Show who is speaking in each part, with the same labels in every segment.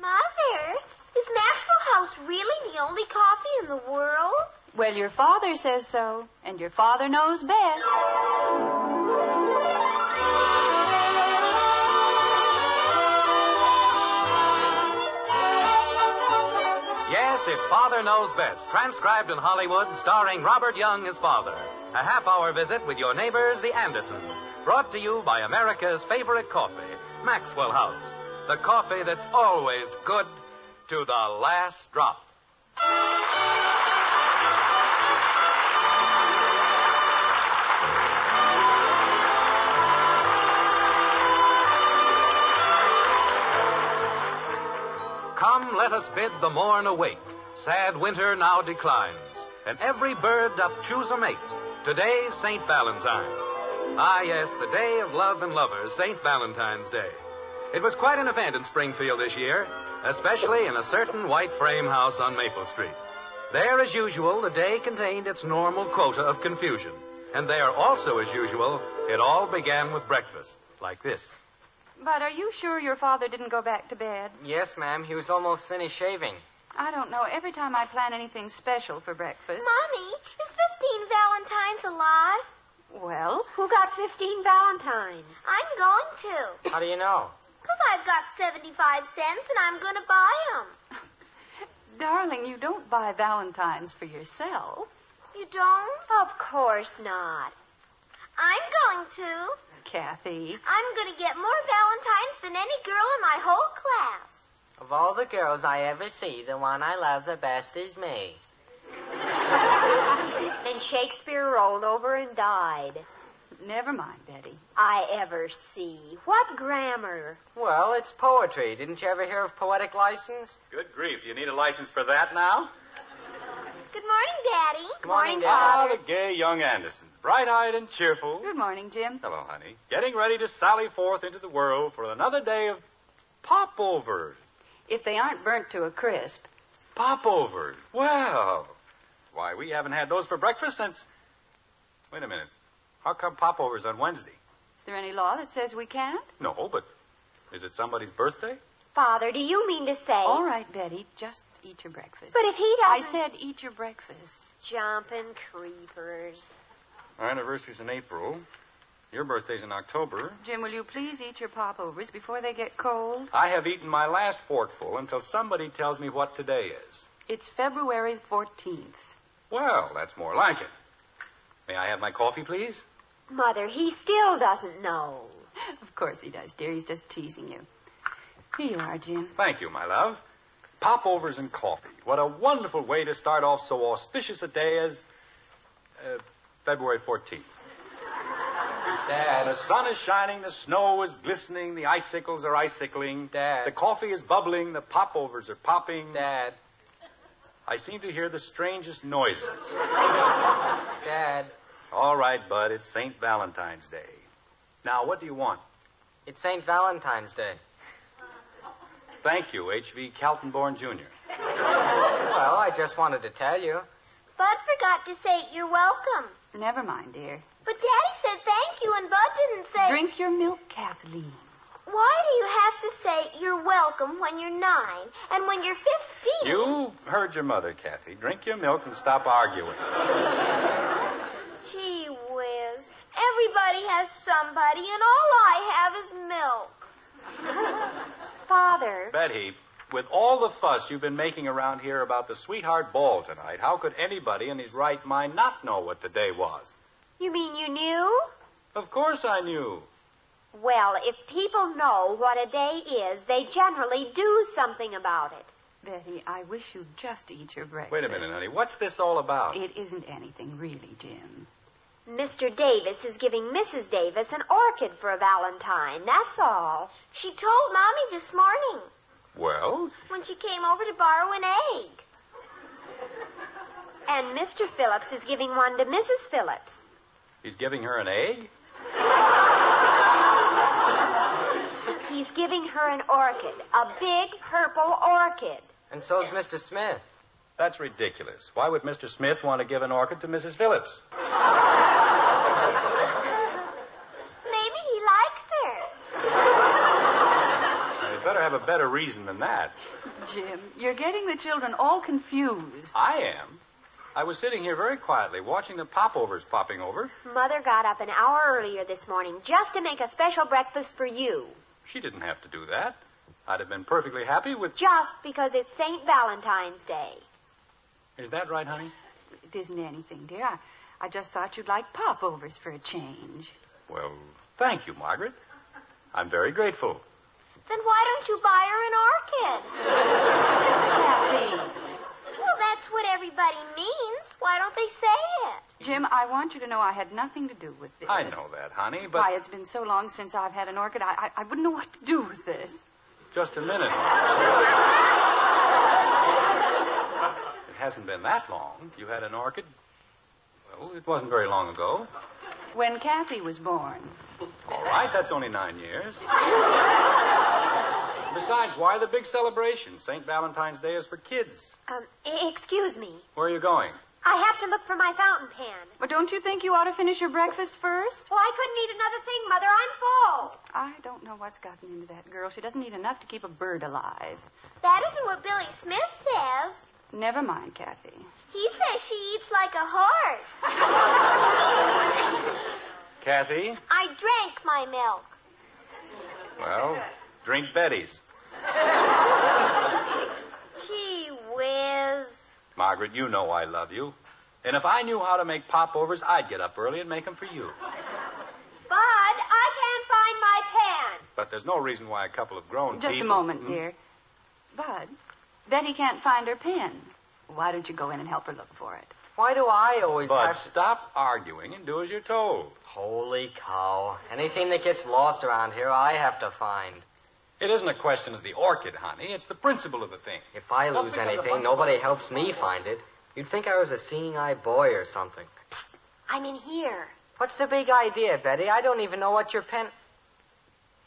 Speaker 1: Mother, is Maxwell House really the only coffee in the world?
Speaker 2: Well, your father says so, and your father knows best.
Speaker 3: Yes, it's Father Knows Best, transcribed in Hollywood, starring Robert Young as father. A half hour visit with your neighbors, the Andersons, brought to you by America's favorite coffee, Maxwell House. The coffee that's always good to the last drop. Come, let us bid the morn awake. Sad winter now declines, and every bird doth choose a mate. Today's St. Valentine's. Ah, yes, the day of love and lovers, St. Valentine's Day. It was quite an event in Springfield this year, especially in a certain white frame house on Maple Street. There, as usual, the day contained its normal quota of confusion. And there, also as usual, it all began with breakfast, like this.
Speaker 2: But are you sure your father didn't go back to bed?
Speaker 4: Yes, ma'am. He was almost finished shaving.
Speaker 2: I don't know. Every time I plan anything special for breakfast.
Speaker 1: Mommy, is 15 Valentines alive?
Speaker 2: Well,
Speaker 5: Who got 15 Valentines?
Speaker 1: I'm going to,
Speaker 4: How do you know?
Speaker 1: 'cause I've got 75 cents and I'm going to buy 'em.
Speaker 2: darling, you don't buy Valentines for yourself.
Speaker 1: You don't?
Speaker 5: Of course not.
Speaker 1: I'm going to.
Speaker 2: Kathy.
Speaker 1: I'm going to get more Valentines than any girl in my whole class.
Speaker 4: Of all the girls I ever see, the one I love the best is me.
Speaker 5: Then Shakespeare rolled over and died.
Speaker 2: Never mind, Betty.
Speaker 5: I ever see. What grammar?
Speaker 4: Well, it's poetry. Didn't you ever hear of poetic license?
Speaker 3: Good grief, do you need a license for that now?
Speaker 1: Good morning, Daddy.
Speaker 4: Morning,
Speaker 3: Ah,
Speaker 4: Dad.
Speaker 3: the gay young Andersons, bright eyed and cheerful.
Speaker 2: Good morning, Jim.
Speaker 3: Hello, honey. Getting ready to sally forth into the world for another day of popovers.
Speaker 2: If they aren't burnt to a crisp,
Speaker 3: Popovers. Well, why, we haven't had those for breakfast since. Wait a minute. How come popovers on Wednesday?
Speaker 2: is there any law that says we can't?
Speaker 3: No, but is it somebody's birthday?
Speaker 5: Father, do you mean to say?
Speaker 2: All right, Betty, just eat your breakfast.
Speaker 5: Oh. But if he doesn't.
Speaker 2: I said eat your breakfast.
Speaker 5: Jumping creepers.
Speaker 3: Our anniversary's in April. Your birthday's in October.
Speaker 2: Jim, will you please eat your popovers before they get cold?
Speaker 3: I have eaten my last forkful until somebody tells me what today is.
Speaker 2: It's February 14th.
Speaker 3: Well, that's more like it. May I have my coffee, please?
Speaker 5: Mother, he still doesn't know.
Speaker 2: Of course he does, dear. He's just teasing you. Here you are, Jim.
Speaker 3: Thank you, my love. Popovers and coffee. What a wonderful way to start off so auspicious a day as uh, February 14th. Dad, the sun is shining, the snow is glistening, the icicles are icicling.
Speaker 4: Dad.
Speaker 3: The coffee is bubbling, the popovers are popping.
Speaker 4: Dad.
Speaker 3: I seem to hear the strangest noises.
Speaker 4: Dad.
Speaker 3: All right, bud, it's St. Valentine's Day. Now, what do you want?
Speaker 4: It's St. Valentine's Day.
Speaker 3: Thank you, H.V. Kaltenborn Jr.
Speaker 4: Well, I just wanted to tell you.
Speaker 1: Bud forgot to say you're welcome.
Speaker 2: Never mind, dear.
Speaker 1: But Daddy said thank you, and Bud didn't say.
Speaker 2: Drink your milk, Kathleen.
Speaker 1: Why do you have to say you're welcome when you're nine and when you're 15?
Speaker 3: You heard your mother, Kathy. Drink your milk and stop arguing.
Speaker 1: Gee whiz. Everybody has somebody, and all I have is milk.
Speaker 5: Father,
Speaker 3: Betty, with all the fuss you've been making around here about the sweetheart ball tonight, how could anybody in his right mind not know what the day was?
Speaker 1: You mean you knew?
Speaker 3: Of course I knew.
Speaker 1: Well, if people know what a day is, they generally do something about it.
Speaker 2: Betty, I wish you'd just eat your breakfast.
Speaker 3: Wait a minute, honey. What's this all about?
Speaker 2: It isn't anything, really, Jim.
Speaker 1: Mr. Davis is giving Mrs. Davis an orchid for a Valentine, that's all.
Speaker 6: She told Mommy this morning
Speaker 3: Well,
Speaker 6: when she came over to borrow an egg.
Speaker 1: And Mr. Phillips is giving one to Mrs. Phillips.
Speaker 3: he's giving her an egg?
Speaker 1: He's giving her an orchid, a big purple orchid.
Speaker 4: And so's Mr. Smith.
Speaker 3: That's ridiculous. Why would Mr. Smith want to give an orchid to Mrs. Phillips?
Speaker 6: Maybe he likes her.
Speaker 3: Now, He'd better have a better reason than that.
Speaker 2: Jim, you're getting the children all confused.
Speaker 3: I am. I was sitting here very quietly watching the popovers popping over.
Speaker 1: Mother got up an hour earlier this morning just to make a special breakfast for you,
Speaker 3: She didn't have to do that. I'd have been perfectly happy with.
Speaker 1: just because it's St. Valentine's Day.
Speaker 3: Is that right, honey?
Speaker 2: It isn't anything, dear. I, I just thought you'd like popovers for a change.
Speaker 3: Well, thank you, Margaret. I'm very grateful.
Speaker 6: Then why don't you buy her an orchid? Well, that's what everybody means. Why don't they say it?
Speaker 2: Jim, I want you to know I had nothing to do with this.
Speaker 3: I know that, honey, but
Speaker 2: Why, it's been so long since I've had an orchid, I, I, I wouldn't know what to do with this.
Speaker 3: just a minute. it hasn't been that long. You had an orchid? Well, it wasn't very long ago.
Speaker 2: When Kathy was born,
Speaker 3: All right, that's only nine years. Besides, why the big celebration? St. Valentine's Day is for kids.
Speaker 1: Um, e- excuse me.
Speaker 3: Where are you going?
Speaker 1: I have to look for my fountain pen.
Speaker 2: well, don't you think you ought to finish your breakfast first?
Speaker 1: Well, I couldn't eat another thing, Mother. I'm full.
Speaker 2: I don't know what's gotten into that girl. She doesn't eat enough to keep a bird alive.
Speaker 6: That isn't what Billy Smith says.
Speaker 2: Never mind, Kathy.
Speaker 6: He says she eats like a horse.
Speaker 3: Kathy?
Speaker 6: I drank my milk.
Speaker 3: Well, drink Betty's.
Speaker 6: Gee whiz.
Speaker 3: Margaret, you know I love you. And if I knew how to make popovers, I'd get up early and make them for you.
Speaker 6: Bud, I can't find my pen.
Speaker 3: But there's no reason why a couple of grown
Speaker 2: Just a
Speaker 3: people- mm.
Speaker 2: moment, dear. Bud, Betty can't find her pen. Why don't you go in and help her look for it?
Speaker 4: Why do I always
Speaker 3: Bud,
Speaker 4: have to...
Speaker 3: stop arguing and do as you're told.
Speaker 4: Holy cow. Anything that gets lost around here, I have to find.
Speaker 3: It isn't a question of the orchid, honey. It's the principle of the thing.
Speaker 4: If I
Speaker 3: Just
Speaker 4: lose
Speaker 3: because a
Speaker 4: anything,
Speaker 3: bunch of
Speaker 4: nobody helps me find it. You'd think I was a seeing eye boy or something.
Speaker 1: I'm in here.
Speaker 4: What's the big idea, Betty? I don't even know what your pen.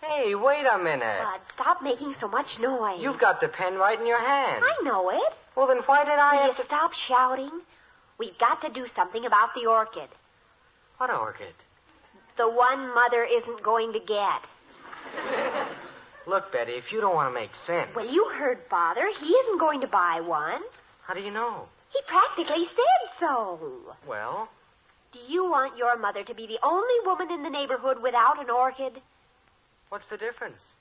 Speaker 4: Hey, wait a minute.
Speaker 1: Bud, stop making so much noise.
Speaker 4: You've got the pen right in your hand.
Speaker 1: I know it.
Speaker 4: Well, then why did I
Speaker 1: Will you
Speaker 4: have to...
Speaker 1: stop shouting? We've got to do something about the orchid.
Speaker 4: What orchid?
Speaker 1: The one Mother isn't going to get.
Speaker 4: Look, Betty, if you don't want to make sense,
Speaker 1: Well, you heard Father. He isn't going to buy one.
Speaker 4: how do you know?
Speaker 1: He practically said so.
Speaker 4: Well,
Speaker 1: Do you want your mother to be the only woman in the neighborhood without an orchid?
Speaker 4: what's the difference?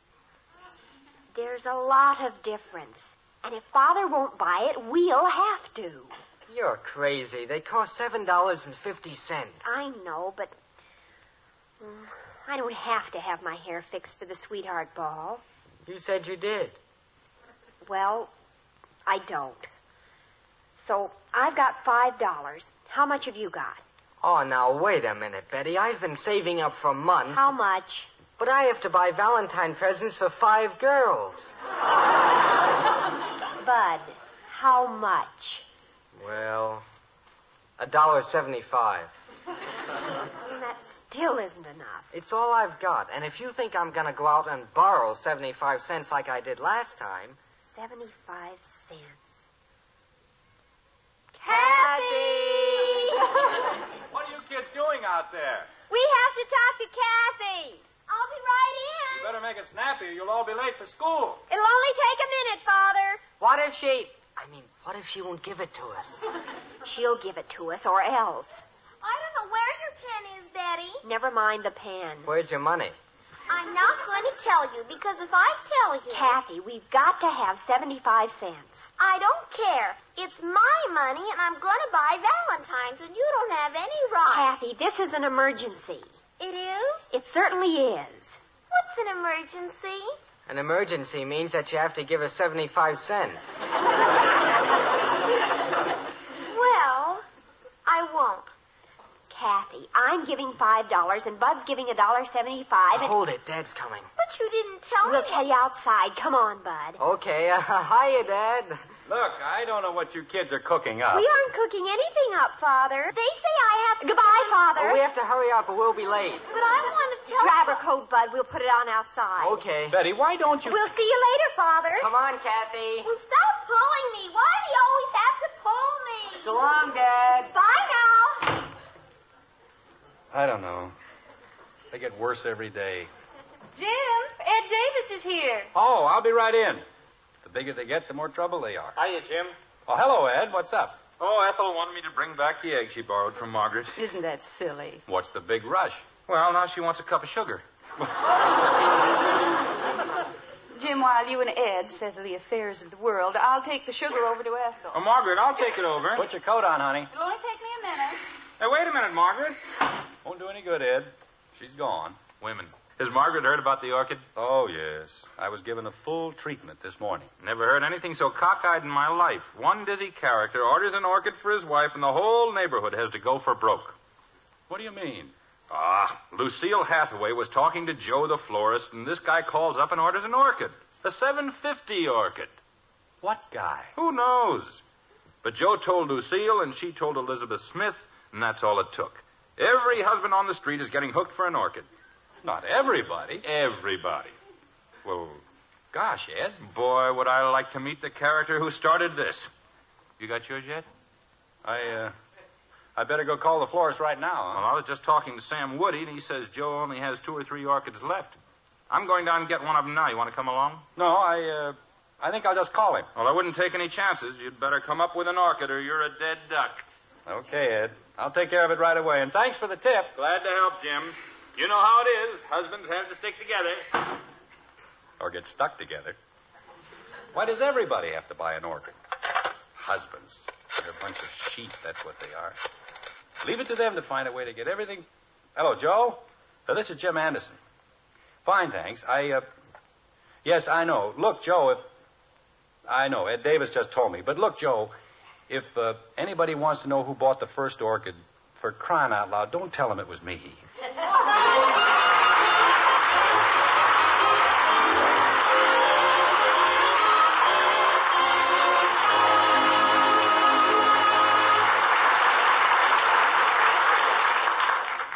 Speaker 1: There's a lot of difference. And if Father won't buy it, we'll have to.
Speaker 4: You're crazy. They cost seven dollars and fifty cents.
Speaker 1: I know, but mm, I don't have to have my hair fixed for the sweetheart ball.
Speaker 4: You said you did.
Speaker 1: Well, I don't. So I've got five dollars. How much have you got?
Speaker 4: Oh, now wait a minute, Betty. I've been saving up for months,
Speaker 1: How much?
Speaker 4: but I have to buy Valentine presents for five girls.
Speaker 1: Bud, how much?
Speaker 4: Well, a dollar seventy-five.
Speaker 1: That still isn't enough.
Speaker 4: It's all I've got, and if you think I'm gonna go out and borrow seventy-five cents like I did last time,
Speaker 1: 75 cents.
Speaker 6: Kathy!
Speaker 3: What are you kids doing out there?
Speaker 6: we have to talk to Kathy. I'll be right in.
Speaker 3: You better make it snappy or you'll all be late for school.
Speaker 6: It'll only take a minute, Father.
Speaker 4: what if she? I mean, what if she won't give it to us?
Speaker 1: She'll give it to us or else.
Speaker 6: I don't know where your pen is, Betty.
Speaker 1: Never mind the pen.
Speaker 4: Where's your money?
Speaker 6: I I'm not going to tell you because if I tell you,
Speaker 1: Kathy, we've got to have 75 cents.
Speaker 6: I don't care. It's my money and I'm going to buy Valentine's and you don't have any right.
Speaker 1: Kathy, this is an emergency.
Speaker 6: It is?
Speaker 1: It certainly is.
Speaker 6: What's an emergency?
Speaker 4: An emergency means that you have to give us 75 cents.
Speaker 6: Well, I won't.
Speaker 1: Kathy, I'm giving $5 and Bud's giving a dollar seventy-five. and-
Speaker 4: Hold it, Dad's coming.
Speaker 6: But you didn't
Speaker 4: Oh.
Speaker 6: tell
Speaker 1: We'll
Speaker 6: me.
Speaker 1: tell you outside. Come on, Bud.
Speaker 4: Okay, uh, hiya, Dad.
Speaker 3: Look, I don't know what you kids are cooking up.
Speaker 1: We aren't cooking anything up, Father.
Speaker 6: They say I have to.
Speaker 1: Goodbye, Father.
Speaker 4: Oh, we have to hurry up or we'll be late.
Speaker 6: But I want to tell.
Speaker 1: Grab her coat, Bud. We'll put it on outside.
Speaker 4: Okay.
Speaker 3: Betty, why don't you?
Speaker 1: We'll see you later, Father.
Speaker 4: Come on, Kathy.
Speaker 6: Well, stop pulling me. Why do you always have to pull me?
Speaker 4: So long, Dad.
Speaker 6: Bye now.
Speaker 3: I don't know. They get worse every day.
Speaker 2: Jim, Ed Davis is here.
Speaker 3: Oh, I'll be right in. The bigger they get, the more trouble they are.
Speaker 7: Hiya, Jim.
Speaker 3: Oh, hello, Ed. What's up?
Speaker 7: Oh, Ethel wanted me to bring back the egg she borrowed from Margaret.
Speaker 2: Isn't that silly?
Speaker 3: What's the big rush?
Speaker 7: Well, now she wants a cup of sugar.
Speaker 2: Jim, while you and Ed settle the affairs of the world, I'll take the sugar over to Ethel.
Speaker 3: Um,
Speaker 7: Oh, Margaret, I'll take it over.
Speaker 3: Put your coat on, honey.
Speaker 2: It'll only take me a minute.
Speaker 7: Hey, wait a minute, Margaret.
Speaker 3: Won't do any good, Ed. She's gone.
Speaker 7: Women. Has Margaret heard about the orchid?
Speaker 3: Oh, yes. I was given a full treatment this morning.
Speaker 7: Never heard anything so cockeyed in my life. One dizzy character orders an orchid for his wife, and the whole neighborhood has to go for broke.
Speaker 3: What do you mean?
Speaker 7: Ah, Lucille Hathaway was talking to Joe the florist, and this guy calls up and orders an orchid. A 750 orchid.
Speaker 3: What guy?
Speaker 7: Who knows? But Joe told Lucille, and she told Elizabeth Smith, and that's all it took. Every husband on the street is getting hooked for an orchid.
Speaker 3: Not everybody.
Speaker 7: Everybody.
Speaker 3: Well,
Speaker 7: Gosh, Ed, boy, would I like to meet the character who started this. You got yours yet?
Speaker 3: I, uh, I better go call the florist right
Speaker 7: Well,
Speaker 3: now.
Speaker 7: I was just talking to Sam Woody, and he says Joe only has two or three orchids left. I'm going down and get one of them now. You want to come along?
Speaker 3: huh? No, I, uh, I think I'll just call him.
Speaker 7: Well, I wouldn't take any chances. You'd better come up with an orchid, or you're a dead duck.
Speaker 3: Okay, Ed. I'll take care of it right away. And thanks for the tip.
Speaker 7: Glad to help, Jim. You know how it is. Husbands have to stick together.
Speaker 3: Or get stuck together. Why does everybody have to buy an orchid? Husbands. They're a bunch of sheep. That's what they are. Leave it to them to find a way to get everything. Hello, Joe. Uh, this is Jim Anderson. Fine, thanks. I, uh, yes, I know. Look, Joe, if, I know, Ed Davis just told me. But look, Joe, if uh, anybody wants to know who bought the first orchid, for crying out loud, don't tell them it was me.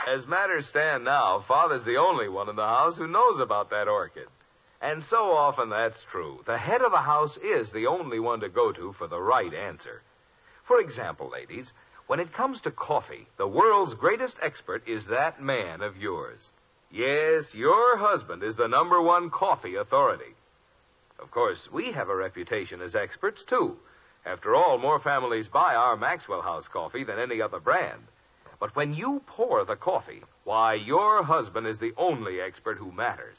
Speaker 8: As matters stand now, Father's the only one in the house who knows about that orchid. And so often that's true. The head of a house is the only one to go to for the right answer. For example, ladies, when it comes to coffee, the world's greatest expert is that man of yours. Yes, your husband is the number one coffee authority. Of course, we have a reputation as experts, too. After all, more families buy our Maxwell House coffee than any other brand. But when you pour the coffee, why, your husband is the only expert who matters.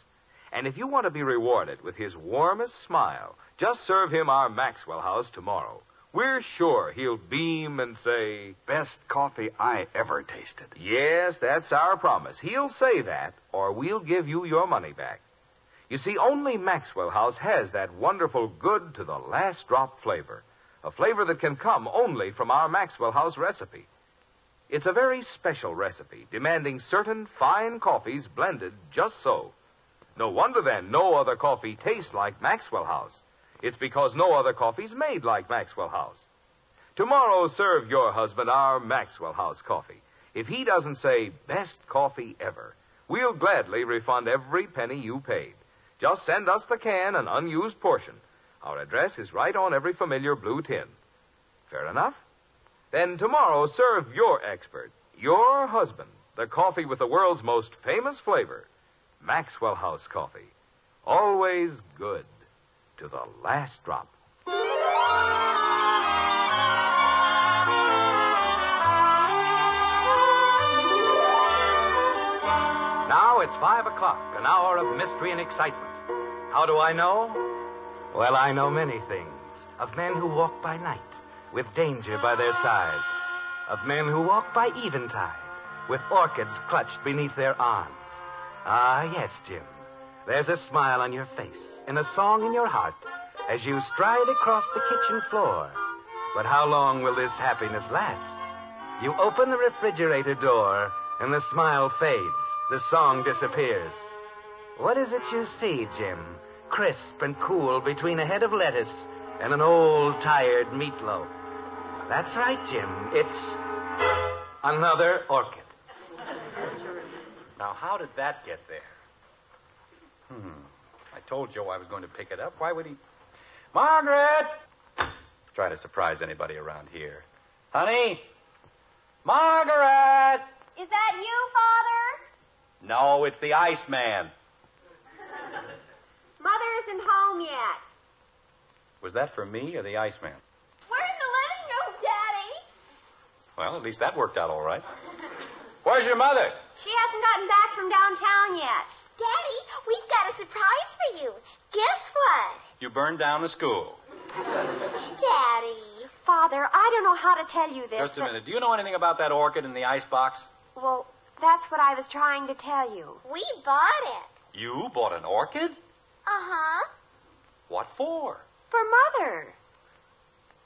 Speaker 8: And if you want to be rewarded with his warmest smile, just serve him our Maxwell House tomorrow. We're sure he'll beam and say,
Speaker 9: Best coffee I ever tasted.
Speaker 8: Yes, that's our promise. He'll say that, or we'll give you your money back. You see, only Maxwell House has that wonderful good to the last drop flavor, a flavor that can come only from our Maxwell House recipe. It's a very special recipe, demanding certain fine coffees blended just so. No wonder then no other coffee tastes like Maxwell House. It's because no other coffee's made like Maxwell House. Tomorrow serve your husband our Maxwell House coffee. If he doesn't say best coffee ever, we'll gladly refund every penny you paid. Just send us the can and unused portion. Our address is right on every familiar blue tin. Fair enough? Then tomorrow serve your expert, your husband, the coffee with the world's most famous flavor, Maxwell House coffee. Always good to the last drop.
Speaker 3: Now it's
Speaker 4: It's five o'clock, an hour of mystery and excitement. How do I know? Well, I know many things of men who walk by night, with danger by their side, of men who walk by eventide, with orchids clutched beneath their arms. Ah, yes, Jim. There's a smile on your face and a song in your heart as you stride across the kitchen floor. But how long will this happiness last? You open the refrigerator door and the smile fades, the song disappears. What is it you see, Jim? Crisp and cool between a head of lettuce and an old tired meatloaf. That's right, Jim. It's another orchid. Now, how did that get there?
Speaker 3: Hmm. I told Joe I was going to pick it up. Why would he? Margaret! Try to surprise anybody around here. Honey! Margaret!
Speaker 6: Is that you, Father?
Speaker 3: No, it's the Iceman.
Speaker 6: Mother isn't home yet.
Speaker 3: Was that for me or the Iceman?
Speaker 6: We're in the living room, Daddy.
Speaker 3: Well, at least that worked out all right. Where's your mother?
Speaker 6: She hasn't gotten back from downtown yet. Daddy, we've got a surprise for you. Guess what?
Speaker 3: You burned down the school.
Speaker 6: Daddy.
Speaker 1: Father, I don't know how to tell you this.
Speaker 3: Just a
Speaker 1: but-
Speaker 3: minute. Do you know anything about that orchid in the icebox?
Speaker 1: Well, that's what I was trying to tell you.
Speaker 6: We bought it.
Speaker 3: You bought an orchid?
Speaker 6: Uh huh.
Speaker 3: What for?
Speaker 1: For Mother.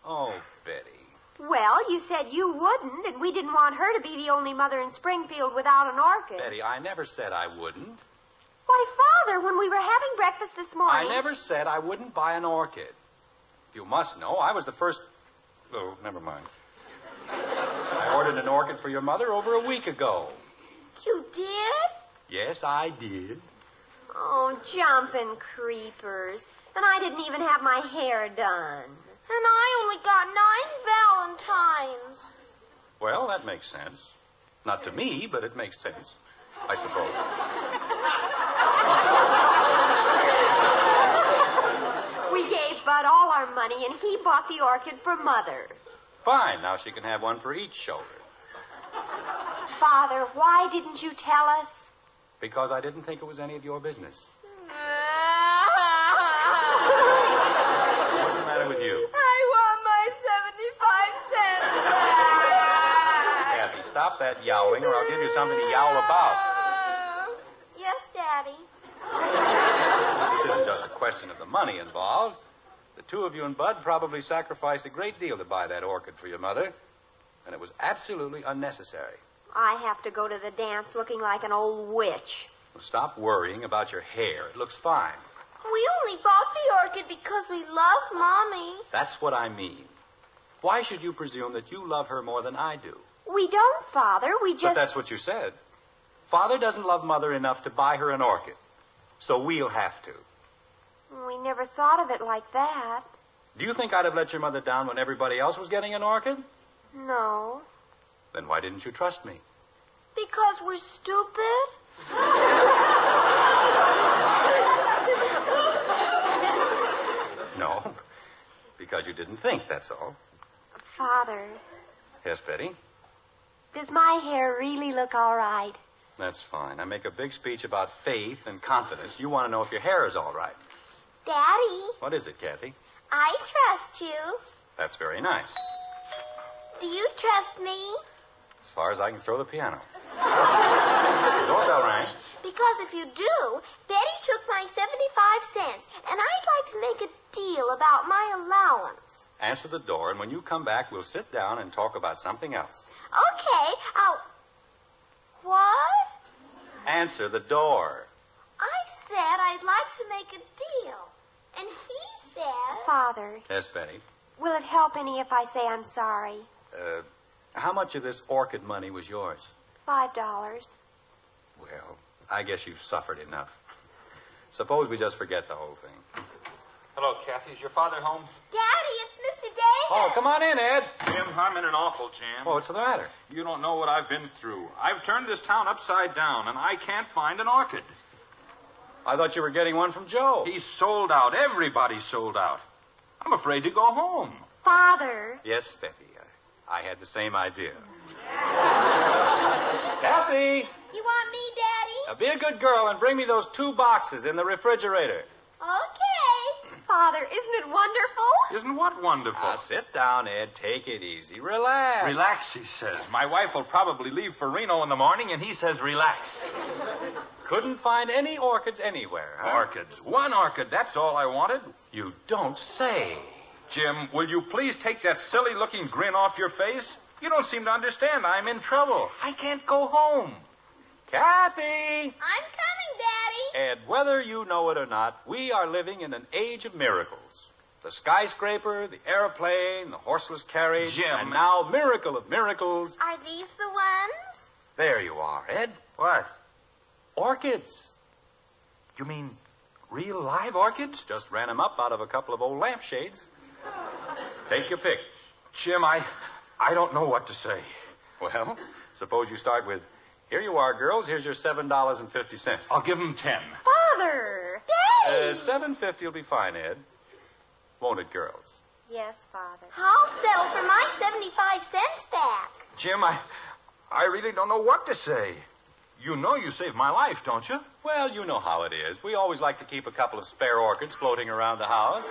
Speaker 3: Oh, Betty.
Speaker 1: Well, you said you wouldn't, and we didn't want her to be the only mother in Springfield without an orchid.
Speaker 3: Betty, I never said I wouldn't.
Speaker 1: Why, Father, when we were having breakfast this
Speaker 3: I
Speaker 1: morning.
Speaker 3: never said I wouldn't buy an orchid. You must know, I was the first. Oh, never mind. I ordered an orchid for your mother over a week ago.
Speaker 6: You did?
Speaker 3: Yes, I did.
Speaker 1: Oh, jumping creepers. And I didn't even have my hair done.
Speaker 6: And I only got nine Valentines.
Speaker 3: Well, that makes sense. Not to me, but it makes sense, I suppose.
Speaker 1: We gave Bud all our money, and he bought the orchid for Mother.
Speaker 3: Fine, now she can have one for each shoulder.
Speaker 1: Father, why didn't you tell us?
Speaker 3: Because I didn't think it was any of your business. What's the matter with you?
Speaker 6: I want my 75 cents back.
Speaker 3: Kathy, stop that yowling or I'll give you something to yowl about.
Speaker 6: Yes, Daddy.
Speaker 3: This isn't just a question of the money involved. The two of you and Bud probably sacrificed a great deal to buy that orchid for your mother, and it was absolutely unnecessary.
Speaker 1: I have to go to the dance looking like an old witch.
Speaker 3: Well, stop worrying about your hair. It looks fine.
Speaker 6: We only bought the orchid because we love Mommy.
Speaker 3: That's what I mean. Why should you presume that you love her more than I do?
Speaker 1: We don't, Father. We
Speaker 3: But
Speaker 1: just.
Speaker 3: that's what you said. Father doesn't love mother enough to buy her an orchid, so we'll have to.
Speaker 1: We never thought of it like that.
Speaker 3: Do you think I'd have let your mother down when everybody else was getting an orchid?
Speaker 1: No.
Speaker 3: Then why didn't you trust me?
Speaker 6: Because we're stupid?
Speaker 3: No, because you didn't think, that's all.
Speaker 1: Father,
Speaker 3: Yes, Betty?
Speaker 1: does my hair really look all right?
Speaker 3: That's fine. I make a big speech about faith and confidence. You want to know if your hair is all right.
Speaker 6: Daddy,
Speaker 3: What is it, Kathy?
Speaker 6: I trust you.
Speaker 3: That's very nice.
Speaker 6: Do you trust me?
Speaker 3: As far as I can throw the piano. Doorbell rang.
Speaker 6: Because if you do, Betty took my 75 cents, and I'd like to make a deal about my allowance.
Speaker 3: Answer the door, and when you come back, we'll sit down and talk about something else.
Speaker 6: Okay, I'll. What?
Speaker 3: Answer the door.
Speaker 6: I said I'd like to make a deal. And he said.
Speaker 1: Father,
Speaker 3: Yes, Betty.
Speaker 1: will it help any if I say I'm sorry?
Speaker 3: Uh, how much of this orchid money was yours?
Speaker 1: Five dollars.
Speaker 3: Well, I guess you've suffered enough. Suppose we just forget the whole thing.
Speaker 10: Hello, Kathy. Is your father home?
Speaker 6: Daddy, it's Mr. Davis.
Speaker 3: Oh, come on in, Ed.
Speaker 10: Jim, I'm in an awful jam.
Speaker 3: Oh, what's the matter?
Speaker 10: You don't know what I've been through. I've turned this town upside down, and I can't find an orchid.
Speaker 3: I thought you were getting one from Joe.
Speaker 10: He's sold out. Everybody's sold out. I'm afraid to go home.
Speaker 1: Father,
Speaker 3: Yes, Betty. I, I had the same idea. Kathy!
Speaker 6: You want me, Daddy?
Speaker 3: Now be a good girl and bring me those two boxes in the refrigerator.
Speaker 6: Okay.
Speaker 1: Father, isn't it wonderful?
Speaker 3: Isn't what wonderful? Now Ah, sit down, Ed. Take it easy. Relax.
Speaker 11: Relax, he says.
Speaker 3: My wife will probably leave for Reno in the morning, and he says relax. Couldn't find any orchids anywhere. huh?
Speaker 11: Orchids. One orchid. That's all I wanted.
Speaker 3: You don't say. Jim, will you please take that silly looking grin off your face? You don't seem to understand. I'm in trouble. I can't go home. Kathy!
Speaker 6: I'm coming, Daddy.
Speaker 3: Ed, whether you know it or not, we are living in an age of miracles. The skyscraper, the airplane, the horseless carriage,
Speaker 11: Jim.
Speaker 3: and now miracle of miracles.
Speaker 6: Are these the ones?
Speaker 3: There you are, Ed.
Speaker 11: What?
Speaker 3: Orchids. You mean real live orchids? Just ran 'em up out of a couple of old lampshades. Take your pick.
Speaker 11: Jim, I, I don't know what to say.
Speaker 3: Well, suppose you start with, here you are, girls. Here's your seven dollars and fifty cents.
Speaker 11: I'll give him ten.
Speaker 1: Father!
Speaker 3: Uh, seven fifty will be fine, Ed. Won't it, girls?
Speaker 1: Yes, Father.
Speaker 6: I'll settle for my 75 cents back.
Speaker 11: Jim, I, I really don't know what to say. You know you saved my life, don't you?
Speaker 3: Well, you know how it is. We always like to keep a couple of spare orchids floating around the house.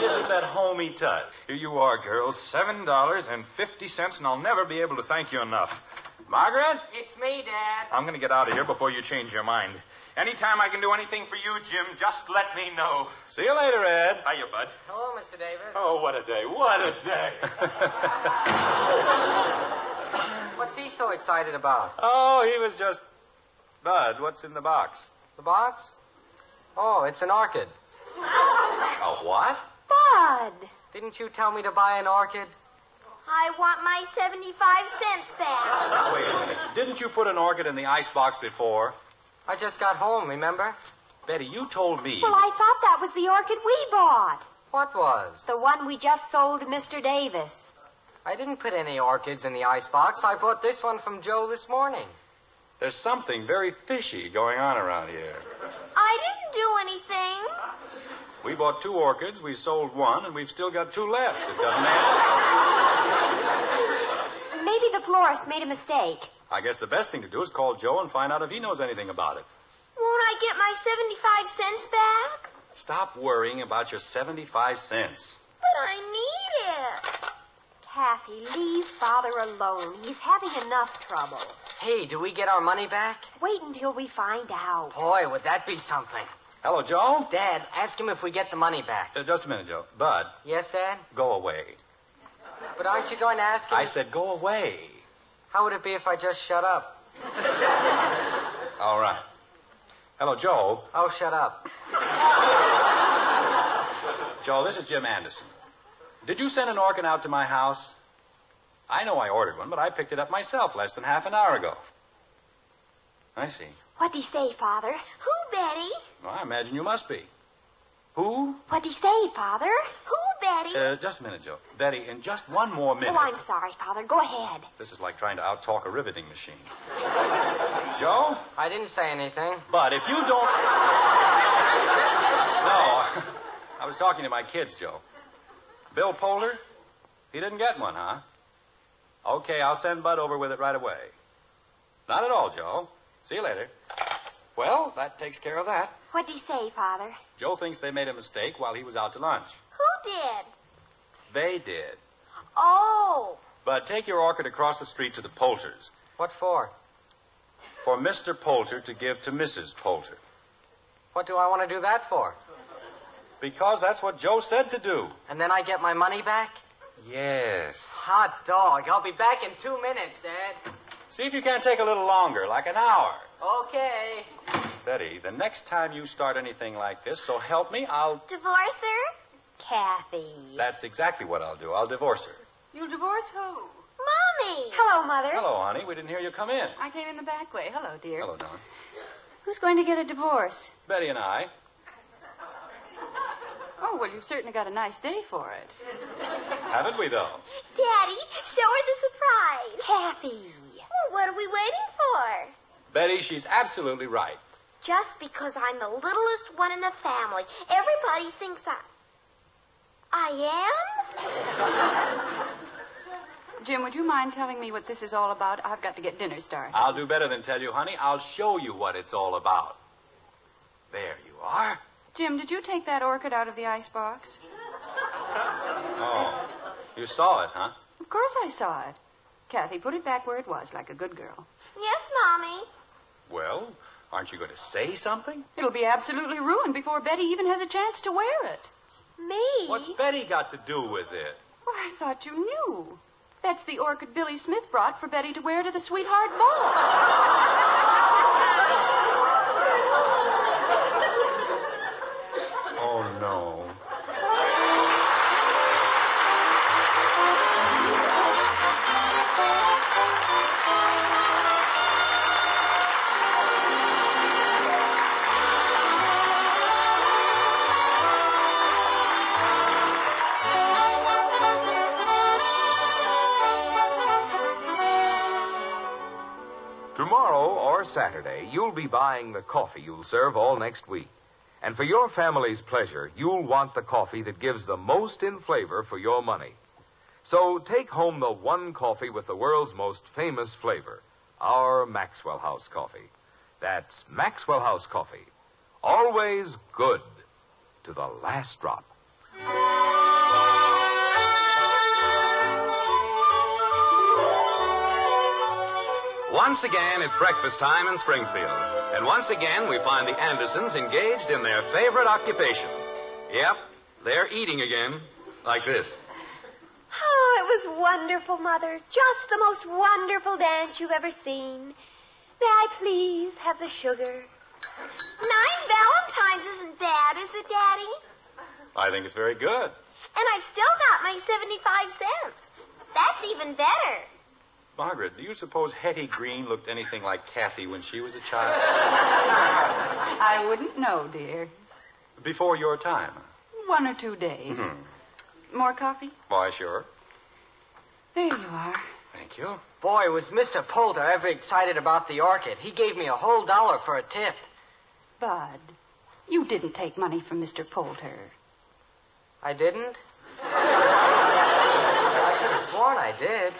Speaker 3: Gives it that homey touch.
Speaker 11: Here you are, girls. Seven dollars and fifty cents, and I'll never be able to thank you enough. Margaret,
Speaker 4: It's me, Dad.
Speaker 11: I'm going to get out of here before you change your mind. Anytime I can do anything for you, Jim, just let me know.
Speaker 3: See you later, Ed.
Speaker 11: Hiya, bud.
Speaker 4: Hello, Mr. Davis.
Speaker 3: Oh, what a day. What a day.
Speaker 4: What's he so excited about?
Speaker 3: oh, he was just. Bud, what's in the box?
Speaker 4: The box? Oh, it's an orchid.
Speaker 3: A what?
Speaker 1: Bud!
Speaker 4: Didn't you tell me to buy an orchid?
Speaker 6: I want my 75 cents back.
Speaker 3: Wait a minute. Didn't you put an orchid in the icebox before?
Speaker 4: I just got home, remember?
Speaker 3: Betty, you told me.
Speaker 1: Well, I thought that was the orchid we bought.
Speaker 4: What was?
Speaker 1: The one we just sold to Mr. Davis.
Speaker 4: I didn't put any orchids in the icebox. I bought this one from Joe this morning.
Speaker 3: There's something very fishy going on around here.
Speaker 6: I didn't do anything.
Speaker 3: We bought two orchids, we sold one, and we've still got two left. It doesn't end.
Speaker 1: Maybe the florist made a mistake.
Speaker 3: I guess the best thing to do is call Joe and find out if he knows anything about it.
Speaker 6: Won't I get my 75 cents back?
Speaker 3: Stop worrying about your 75 cents.
Speaker 6: But I need it.
Speaker 1: Kathy, leave Father alone. He's having enough trouble.
Speaker 4: Hey, do we get our money back?
Speaker 1: Wait until we find out.
Speaker 4: Boy, would that be something.
Speaker 3: Hello, Joe?
Speaker 4: Dad, ask him if we get the money back.
Speaker 3: Uh, just a minute, Joe. Bud,
Speaker 4: Yes, Dad?
Speaker 3: go away.
Speaker 4: But aren't you going to ask him?
Speaker 3: I said go away.
Speaker 4: How would it be if I just shut up?
Speaker 3: All right. Hello, Joe.
Speaker 4: Oh, shut up.
Speaker 3: Joe, this is Jim Anderson. Did you send an orchid out to my house? I know I ordered one, but I picked it up myself less than half an hour ago. I see.
Speaker 1: What'd he say, Father?
Speaker 6: Who, Betty?
Speaker 3: Well, I imagine you must be. Who?
Speaker 1: What'd he say, Father?
Speaker 6: Who, Betty?
Speaker 3: Uh, just a minute, Joe. Betty, in just one more minute.
Speaker 1: Oh, I'm sorry, Father. Go ahead.
Speaker 3: This is like trying to outtalk a riveting machine. Joe?
Speaker 4: I didn't say anything.
Speaker 3: But if you don't. No. I was talking to my kids, Joe. Bill Polder? He didn't get one, huh? Okay, I'll send Bud over with it right away. Not at all, Joe. See you later. Well, that takes care of that.
Speaker 1: What'd he say, Father?
Speaker 3: Joe thinks they made a mistake while he was out to lunch.
Speaker 6: Who did?
Speaker 3: They did.
Speaker 6: Oh.
Speaker 3: But take your orchid across the street to the Poulters
Speaker 4: What for?
Speaker 3: for Mr. Poulter to give to Mrs. Poulter.
Speaker 4: What do I want to do that for?
Speaker 3: Because that's what Joe said to do.
Speaker 4: And then I get my money back?
Speaker 3: Yes.
Speaker 4: Hot dog. I'll be back in two minutes, Dad.
Speaker 3: See if you can't take a little longer, like an hour.
Speaker 4: Okay.
Speaker 3: Betty, the next time you start anything like this, so help me, I'll.
Speaker 6: Divorcer?
Speaker 1: Kathy.
Speaker 3: That's exactly what I'll do. I'll divorce her.
Speaker 2: You'll divorce who?
Speaker 6: Mommy.
Speaker 1: Hello, Mother.
Speaker 3: Hello, honey. We didn't hear you come in.
Speaker 2: I came in the back way. Hello, dear.
Speaker 3: Hello, Don.
Speaker 2: Who's going to get a divorce?
Speaker 3: Betty and I.
Speaker 2: Oh, well, you've certainly got a nice day for it.
Speaker 3: Haven't we, though?
Speaker 6: Daddy, show her the surprise.
Speaker 1: Kathy.
Speaker 6: Well, what are we waiting for?
Speaker 3: Betty, she's absolutely right.
Speaker 6: Just because I'm the littlest one in the family, everybody thinks I. I am?
Speaker 2: Jim, would you mind telling me what this is all about? I've got to get dinner started.
Speaker 9: I'll do better than tell you, honey. I'll show you what it's all about. There you are.
Speaker 2: Jim, did you take that orchid out of the icebox?
Speaker 9: Oh, you saw it, huh?
Speaker 2: Of course I saw it. Kathy, put it back where it was, like a good girl.
Speaker 6: Yes, Mommy.
Speaker 9: Well, aren't you going to say something?
Speaker 2: It'll be absolutely ruined before Betty even has a chance to wear it.
Speaker 6: Me?
Speaker 9: What's Betty got to do with it?
Speaker 2: Well, Oh, I thought you knew. That's the orchid Billy Smith brought for Betty to wear to the sweetheart ball.
Speaker 9: Oh, no.
Speaker 8: Tomorrow or Saturday, you'll be buying the coffee you'll serve all next week. And for your family's pleasure, you'll want the coffee that gives the most in flavor for your money. So take home the one coffee with the world's most famous flavor, our Maxwell House coffee. That's Maxwell House coffee. Always good to the last drop.
Speaker 3: Once again, it's breakfast time in Springfield. And once again, we find the Andersons engaged in their favorite occupation. Yep, they're eating again, like this.
Speaker 6: Oh, it was wonderful, Mother. Just the most wonderful dance you've ever seen. May I please have the sugar? Nine Valentines isn't bad, is it, Daddy?
Speaker 9: I think it's very good.
Speaker 6: And I've still got my 75 cents. That's even better.
Speaker 9: Margaret, do you suppose Hetty Green looked anything like Kathy when she was a child?
Speaker 2: I wouldn't know, dear.
Speaker 9: Before your time?
Speaker 2: One or two days. More coffee?
Speaker 9: Why, sure.
Speaker 2: There you are.
Speaker 9: Thank you.
Speaker 4: Boy, was Mr. Polder ever excited about the orchid. He gave me a whole dollar for a tip.
Speaker 2: Bud, you didn't take money from Mr. Polter.
Speaker 4: I didn't? I could have sworn I did.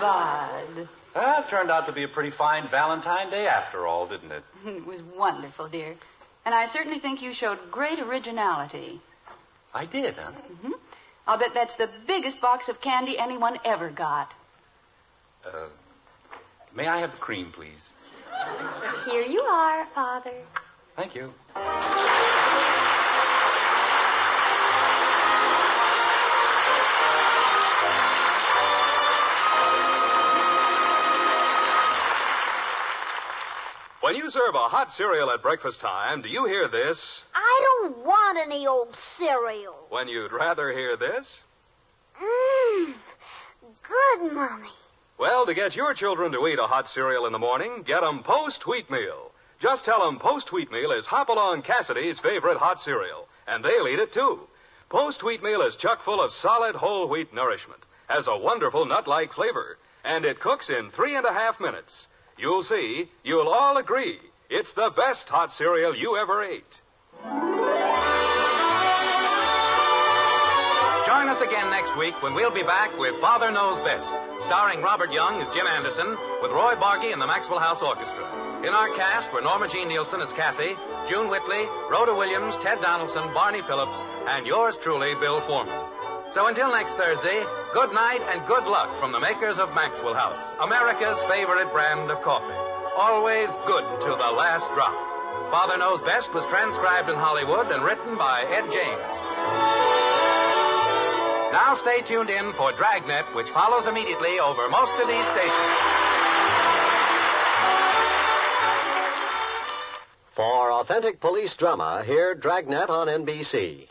Speaker 2: Bud.
Speaker 9: Well, it turned out to be a pretty fine Valentine Day after all, didn't it?
Speaker 2: It was wonderful, dear. And I certainly think you showed great originality.
Speaker 9: I did, huh?
Speaker 2: hmm I'll bet that's the biggest box of candy anyone ever got.
Speaker 9: Uh, may I have the cream, please?
Speaker 6: Here you are, Father.
Speaker 9: Thank you.
Speaker 3: When you serve a hot cereal at breakfast time, do you hear this?
Speaker 6: I don't want any old cereal.
Speaker 3: When you'd rather hear this?
Speaker 6: Mmm. Good, Mommy.
Speaker 3: Well, to get your children to eat a hot cereal in the morning, get 'em Post Wheat Meal. Just tell 'em Post Wheat Meal is Hopalong Cassidy's favorite hot cereal, and they'll eat it too. Post Wheat Meal is chock full of solid whole wheat nourishment, has a wonderful nut-like flavor, and it cooks in three and a half minutes. You'll see, you'll all agree, it's the best hot cereal you ever ate. Join us again next week when we'll be back with Father Knows Best, starring Robert Young as Jim Anderson, with Roy Bargy and the Maxwell House Orchestra. In our cast were Norma Jean Nielsen as Kathy, June Whitley, Rhoda Williams, Ted Donaldson, Barney Phillips, and yours truly, Bill Foreman. So until next Thursday, good night and good luck from the makers of Maxwell House, America's favorite brand of coffee. Always good to the last drop. Father Knows Best was transcribed in Hollywood and written by Ed James. Now stay tuned in for Dragnet, which follows immediately over most of these stations.
Speaker 12: For authentic police drama, hear Dragnet on NBC.